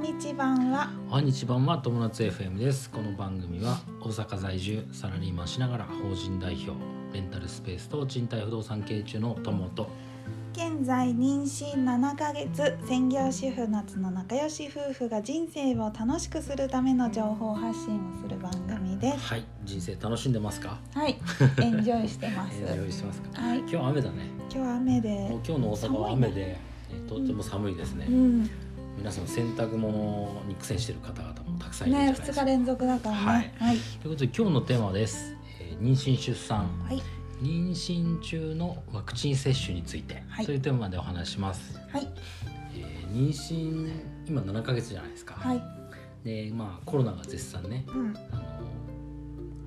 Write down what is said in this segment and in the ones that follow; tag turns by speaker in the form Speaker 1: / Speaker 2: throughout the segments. Speaker 1: 日版は
Speaker 2: おはにちばんは友達 FM ですこの番組は大阪在住サラリーマンしながら法人代表レンタルスペースと賃貸不動産経営中の友と
Speaker 1: 現在妊娠7ヶ月専業主婦夏の仲良し夫婦が人生を楽しくするための情報発信をする番組です
Speaker 2: はい人生楽しんでますか
Speaker 1: はいエンジョイしてます
Speaker 2: エンジョイしてますか
Speaker 1: はい
Speaker 2: 今日雨だね
Speaker 1: 今日は雨
Speaker 2: も
Speaker 1: で
Speaker 2: う今日の大阪は雨でえとっても寒いですね、
Speaker 1: うん
Speaker 2: 皆さん洗濯物に苦戦している方々もたくさんいるんじ
Speaker 1: ね
Speaker 2: ゃないで
Speaker 1: 2
Speaker 2: すか、
Speaker 1: 日連続だからねはい
Speaker 2: ということで今日のテーマです、えー妊娠出産
Speaker 1: はい
Speaker 2: 妊娠中のワクチン接種について、
Speaker 1: はい
Speaker 2: というテーマでお話しします、
Speaker 1: はい
Speaker 2: えー妊娠今7ヶ月じゃないですか、
Speaker 1: はい
Speaker 2: でまあコロナが絶賛ね
Speaker 1: うん
Speaker 2: あ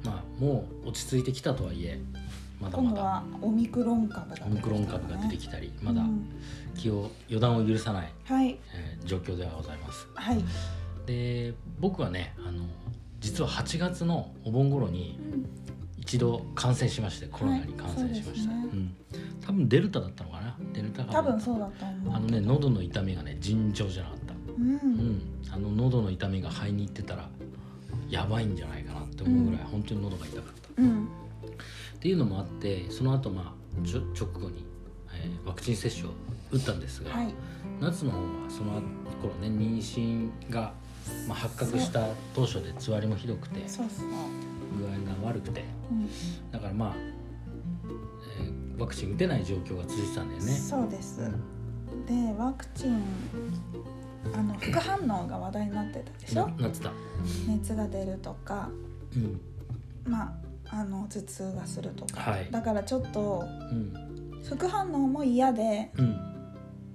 Speaker 2: のまあもう落ち着いてきたとはいえまだま
Speaker 1: 今度
Speaker 2: だ
Speaker 1: はオミクロン株が出てきた
Speaker 2: オ
Speaker 1: ね
Speaker 2: ミクロン株が出てきたりま
Speaker 1: う
Speaker 2: だ
Speaker 1: ん
Speaker 2: 気を予断を許さない、
Speaker 1: はい
Speaker 2: えー状況ではございます
Speaker 1: はい
Speaker 2: で僕はねあの実は8月のお盆頃に
Speaker 1: うん
Speaker 2: 一度感染しましてコロナに感染しました、
Speaker 1: はいそうです
Speaker 2: うん、多分デルタだったのかなデルタ株
Speaker 1: 多分そうだと思う
Speaker 2: あのね喉の痛みがね尋常じゃなかった、
Speaker 1: う
Speaker 2: うんん、あの喉の痛みが肺に行ってたらやばいんじゃないかなって思うぐらい、本当に喉が痛かった
Speaker 1: うん
Speaker 2: っていうのもあってその後まあちょ直後に、えーワクチン接種を打ったんですが、
Speaker 1: はい
Speaker 2: 夏の方はその頃ね妊娠が、まあ、発覚した当初でつわりもひどくて
Speaker 1: そうそう
Speaker 2: 具合が悪くて
Speaker 1: うん
Speaker 2: だからまあ、えーワクチン打てない状況が続いてたんだよね。
Speaker 1: そうですでワクチンあの副反応が話題になってたでし
Speaker 2: な
Speaker 1: ょ
Speaker 2: なってた、
Speaker 1: 熱が出るとか
Speaker 2: うん
Speaker 1: まああの頭痛がするとか
Speaker 2: はい
Speaker 1: だからちょっと
Speaker 2: うん
Speaker 1: 副反応も嫌で
Speaker 2: うん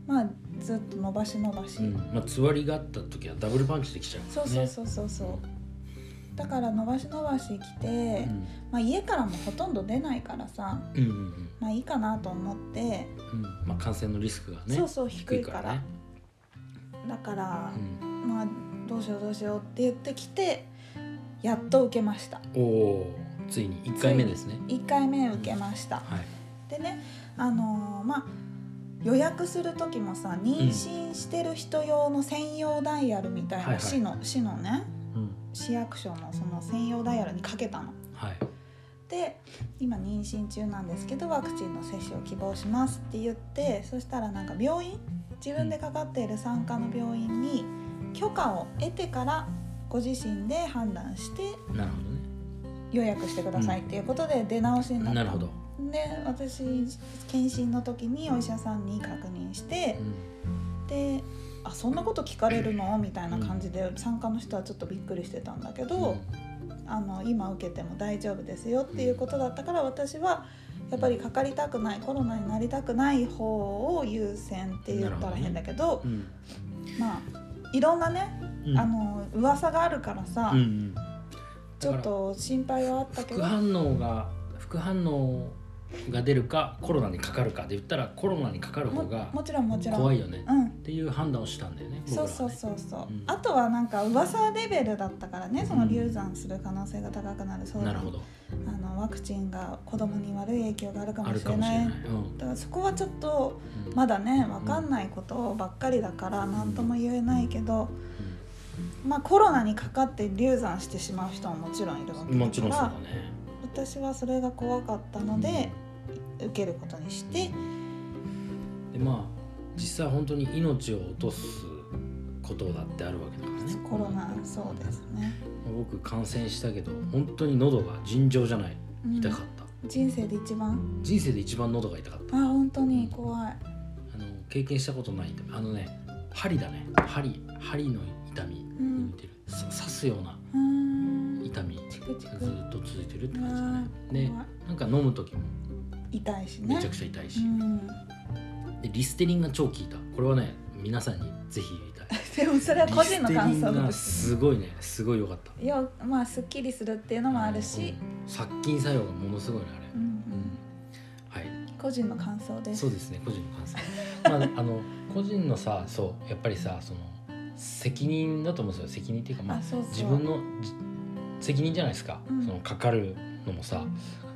Speaker 1: まあずっと伸ばし伸ばし、
Speaker 2: うんまあ、つわりがあった時はダブルパンチできちゃう
Speaker 1: そうそうそうそうそう、だから伸ばし伸ばしてきて、
Speaker 2: ね
Speaker 1: まあ、家からもほとんど出ないからさ
Speaker 2: うんうんうん
Speaker 1: まあいいかなと思って、
Speaker 2: うんまあ、感染のリスクがね
Speaker 1: そうそう低いから
Speaker 2: ね
Speaker 1: だから
Speaker 2: う、ん、
Speaker 1: まあどうしようどうしようって言ってきてやっと受けました
Speaker 2: おおーついに1回目ですね
Speaker 1: 1回目受けました
Speaker 2: はい
Speaker 1: でねあのーまあ予約する時もさ妊娠してる人用の専用ダイヤルみたいな、
Speaker 2: はいはい
Speaker 1: 市の市のね
Speaker 2: うん
Speaker 1: 市役所のその専用ダイヤルにかけたの。
Speaker 2: はい
Speaker 1: で今妊娠中なんですけどワクチンの接種を希望しますって言ってそしたらなんか病院自分でかかっている産科の病院に許可を得てからご自身で判断して
Speaker 2: なる
Speaker 1: 予約してくださいっていうことで出直し
Speaker 2: ほ
Speaker 1: に
Speaker 2: ど
Speaker 1: な
Speaker 2: ね
Speaker 1: った
Speaker 2: なるほど、
Speaker 1: で私検診の時にお医者さんに確認して
Speaker 2: う
Speaker 1: で「あそんなこと聞かれるの?」みたいな感じで産科の人はちょっとびっくりしてたんだけ
Speaker 2: ん
Speaker 1: ど、あの今受けても大丈夫ですよっていうことだったから私はやっぱりかかりたくないコロナになりたくない方を優先って言ったら変だけど
Speaker 2: うん
Speaker 1: まあいろんなね、
Speaker 2: うん
Speaker 1: あの噂があるからさ、
Speaker 2: うんうん
Speaker 1: ちょっと心配はあったけ
Speaker 2: 副
Speaker 1: ど
Speaker 2: 反応が副反応が出るかコロナにかかるかで言ったらコロナにかかる
Speaker 1: も
Speaker 2: 方が
Speaker 1: もちろんもちろん。
Speaker 2: 怖いよね
Speaker 1: うん
Speaker 2: っていう判断をしたんだよね僕ら
Speaker 1: そ
Speaker 2: は
Speaker 1: う
Speaker 2: ね
Speaker 1: そうそうそう、
Speaker 2: うん
Speaker 1: あとはなんか噂レベルだったからねその
Speaker 2: うん
Speaker 1: 流産する可能性が高くなるそう
Speaker 2: なるほど
Speaker 1: あのワクチンが子供に悪い影響があるか
Speaker 2: あ
Speaker 1: も
Speaker 2: る
Speaker 1: し
Speaker 2: か
Speaker 1: れ
Speaker 2: もしれ
Speaker 1: な
Speaker 2: ないい、うん
Speaker 1: だからそこはちょっと
Speaker 2: うん
Speaker 1: まだね分かんないことばっかりだから何とも言えないけど、まあ、コロナにかかって流産してしまう人ももちろんいるわ
Speaker 2: うんも
Speaker 1: け
Speaker 2: ち
Speaker 1: だ
Speaker 2: ろん
Speaker 1: か
Speaker 2: そうだ
Speaker 1: ら
Speaker 2: ね
Speaker 1: 私はそれが怖かったので、受けることにして、
Speaker 2: でまあ実際本当に命を落とすことだってあるわけだからね
Speaker 1: コロナそうですね、
Speaker 2: 僕感染したけど本当に喉が尋常じゃない
Speaker 1: うん
Speaker 2: 痛かった、
Speaker 1: 人生で一番
Speaker 2: 人生で一番喉が痛かっ
Speaker 1: あ本当に怖い
Speaker 2: たあの経験したことないあのね針だね針針の痛みに似てる、さ刺すような
Speaker 1: うーん
Speaker 2: 痛み
Speaker 1: チクチク
Speaker 2: ずっと続いてるって
Speaker 1: うわ
Speaker 2: 感
Speaker 1: ー
Speaker 2: じだね
Speaker 1: 怖い
Speaker 2: でなんか飲む時も
Speaker 1: 痛いしね
Speaker 2: めちゃくちゃ痛いし、
Speaker 1: うん、
Speaker 2: でリステリンが超効いたこれはね皆さんにぜひ言いたい
Speaker 1: でもそれは個人の
Speaker 2: リ
Speaker 1: 感
Speaker 2: ステリン
Speaker 1: 想
Speaker 2: が
Speaker 1: です
Speaker 2: すごいねすごい良かった
Speaker 1: いやまあすっきりするっていうのもあるし、
Speaker 2: うん殺菌作用がものすごいねあれ
Speaker 1: うんうん
Speaker 2: はい
Speaker 1: 個人の感想です
Speaker 2: そうですね個人の感想 まああの個人のさそうやっぱりさその責任だと思うんですよ責任っていうかまあ
Speaker 1: あそうそう
Speaker 2: 自分のじ責任じゃないですか、
Speaker 1: うん
Speaker 2: そのかかるのもさ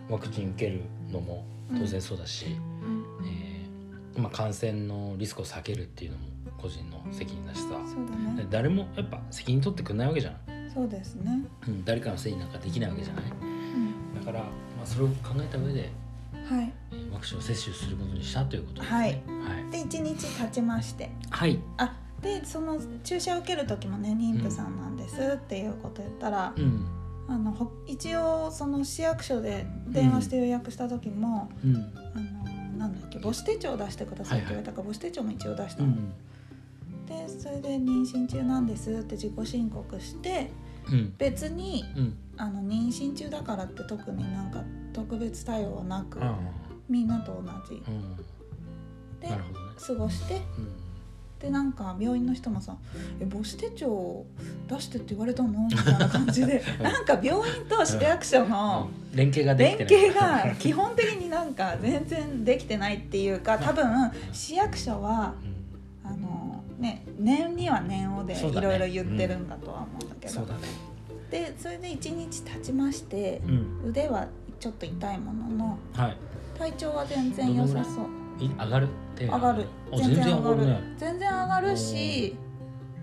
Speaker 2: ワクチン受けるのも当然そうだし、
Speaker 1: うん
Speaker 2: えーまあ、感染のリスクを避けるっていうのも個人の責任だしさ
Speaker 1: そうだ
Speaker 2: で
Speaker 1: ね
Speaker 2: 誰もやっぱ責任取ってくれないわけじゃん、
Speaker 1: そうですね、
Speaker 2: うん、誰かのせいになんかできないわけじゃない
Speaker 1: うん、
Speaker 2: だから、まあ、それを考えた上で、
Speaker 1: はい
Speaker 2: えーワクチンを接種することにしたということですね
Speaker 1: はい
Speaker 2: はい、
Speaker 1: で1日経ちまして
Speaker 2: はい
Speaker 1: あでその注射を受ける時もね妊婦さんなんですっていうこと言ったら
Speaker 2: う、ん
Speaker 1: あのほ一応その市役所で電話して予約した時も、
Speaker 2: うん
Speaker 1: あのなんだっけ母子手帳を出してくださいって言われたから、母子手帳も一応出した
Speaker 2: う
Speaker 1: の、
Speaker 2: ん
Speaker 1: でそれで妊娠中なんですって自己申告して
Speaker 2: うん
Speaker 1: 別に
Speaker 2: うん
Speaker 1: あの妊娠中だからって特になんか特別対応はなく、
Speaker 2: あ
Speaker 1: みんなと同じ
Speaker 2: あうん
Speaker 1: で
Speaker 2: なるほどね
Speaker 1: 過ごしてでなんか病院の人もさ「え母子手帳出してって言われたの?」みたいな感じ で
Speaker 2: うん
Speaker 1: なんか病院と市役所
Speaker 2: うん
Speaker 1: の
Speaker 2: うん連携がで
Speaker 1: 連
Speaker 2: きてない
Speaker 1: 携が基本的になんか全然できてないっていうか多分市役所は
Speaker 2: うん
Speaker 1: あの、ね、年には年をで
Speaker 2: そう
Speaker 1: い
Speaker 2: だね
Speaker 1: ろいろ言ってるんだとは思うんだけど
Speaker 2: そうだね
Speaker 1: でそれで1日経ちまして
Speaker 2: うん
Speaker 1: 腕はちょっと痛いものの
Speaker 2: はい
Speaker 1: 体調は全然良さそう
Speaker 2: い上がる手
Speaker 1: 上がる
Speaker 2: あ
Speaker 1: 全
Speaker 2: 全然
Speaker 1: 然上
Speaker 2: 上が
Speaker 1: が
Speaker 2: る
Speaker 1: る
Speaker 2: ね
Speaker 1: 全然上がるし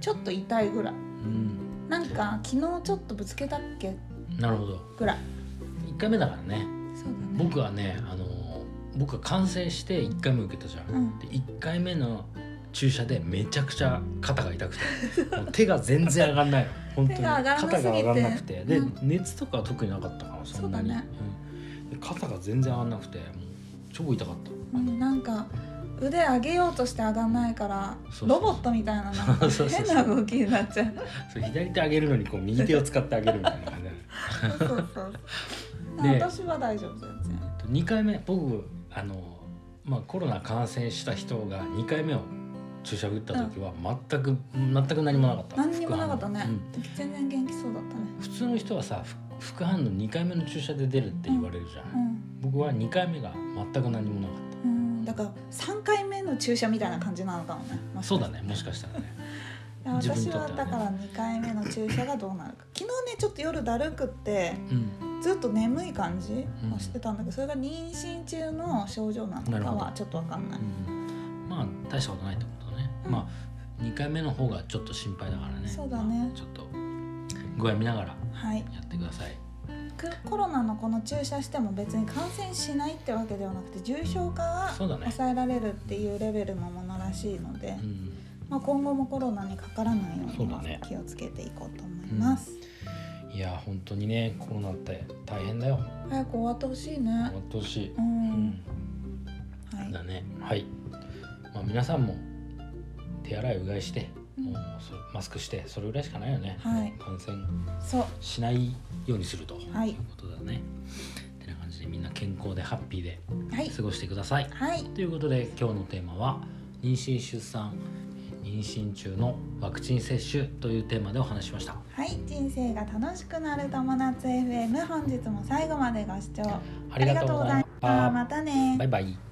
Speaker 1: ちょっと痛いぐらい
Speaker 2: うん
Speaker 1: なんか昨日ちょっとぶつけたっけ
Speaker 2: なるほど
Speaker 1: ぐらい
Speaker 2: 一回目だからね
Speaker 1: そうだね
Speaker 2: 僕はねあの僕は感染して1回目受けたじゃん、
Speaker 1: うん
Speaker 2: で1回目の注射でめちゃくちゃ肩が痛くて もう手が全然上がんないの本当に
Speaker 1: 手が上がらなすぎて
Speaker 2: 肩が上がらなくてで、
Speaker 1: うん
Speaker 2: 熱とかは特になかったからそんなに
Speaker 1: そうだね
Speaker 2: うんで肩が全然上がらなくてもう超痛かった、
Speaker 1: うんなんか腕上げようとして上がんないから
Speaker 2: そうそうそう
Speaker 1: ロボットみたいななんか
Speaker 2: そうそうそう
Speaker 1: 変な動きになっちゃう
Speaker 2: それ左手上げるのにこう右手を使って上げるみたいな感じだね
Speaker 1: そうそうそう
Speaker 2: ね
Speaker 1: 私は大丈夫全然
Speaker 2: えっと2回目僕あの、まあ、コロナ感染した人が2回目を注射打った時は全く、全く何もなかった
Speaker 1: 何にもなかったね
Speaker 2: 副反応うん
Speaker 1: 全然元気そうだったね
Speaker 2: 普通の人はさふ副反応2回目の注射で出るって言われるじゃ、
Speaker 1: うんん
Speaker 2: 僕は2回目が全く何もなかっ
Speaker 1: うんだから3回目の注射みたいな感じなのかもね
Speaker 2: たそうだねもしかしたらね
Speaker 1: いや私
Speaker 2: 自分にとっ
Speaker 1: は
Speaker 2: てはね
Speaker 1: だから2回目の注射がどうなるか昨日ねちょっと夜だるくって
Speaker 2: うん
Speaker 1: ずっと眠い感じはしてたんだけどそれが妊娠中の症状な
Speaker 2: な
Speaker 1: の
Speaker 2: る
Speaker 1: か
Speaker 2: ほ
Speaker 1: は
Speaker 2: ど
Speaker 1: ちょっとわかんない、
Speaker 2: うんまあ大したことないってことね、
Speaker 1: うん
Speaker 2: まあ2回目の方がちょっと心配だからね
Speaker 1: そうだね
Speaker 2: まあちょっと具合見ながら
Speaker 1: はい
Speaker 2: やってください
Speaker 1: くコロナのこの注射しても別に感染しないってわけではなくて重症化が
Speaker 2: そうだね
Speaker 1: 抑えられるっていうレベルのものらしいので、
Speaker 2: うん
Speaker 1: まあ、今後もコロナにかからないよう
Speaker 2: そう
Speaker 1: に
Speaker 2: だ
Speaker 1: は
Speaker 2: ね
Speaker 1: 気をつけていこうと思います、
Speaker 2: いや本当にねコロナって大変だよ
Speaker 1: 早く終わってほしいね
Speaker 2: 終わってほしい、
Speaker 1: う、
Speaker 2: うんん、
Speaker 1: はい
Speaker 2: だねはい、まあ、皆さんも手洗いうがいして、
Speaker 1: うん
Speaker 2: もうそれマスクしてそれぐらいしかないよね、
Speaker 1: はい
Speaker 2: 感染
Speaker 1: そう
Speaker 2: しないようにすると、
Speaker 1: はい
Speaker 2: い、うことだねてな感じでみんな健康でハッピーで
Speaker 1: はい
Speaker 2: 過ごしてください、
Speaker 1: はい
Speaker 2: ということで今日のテーマは妊娠出産妊娠中のワクチン接種というテーマでお話ししました
Speaker 1: はい、人生が楽しくなる友達 FM 本日も最後までご視聴
Speaker 2: ありがとうございました
Speaker 1: ありがとうございましたまたね
Speaker 2: バイバイ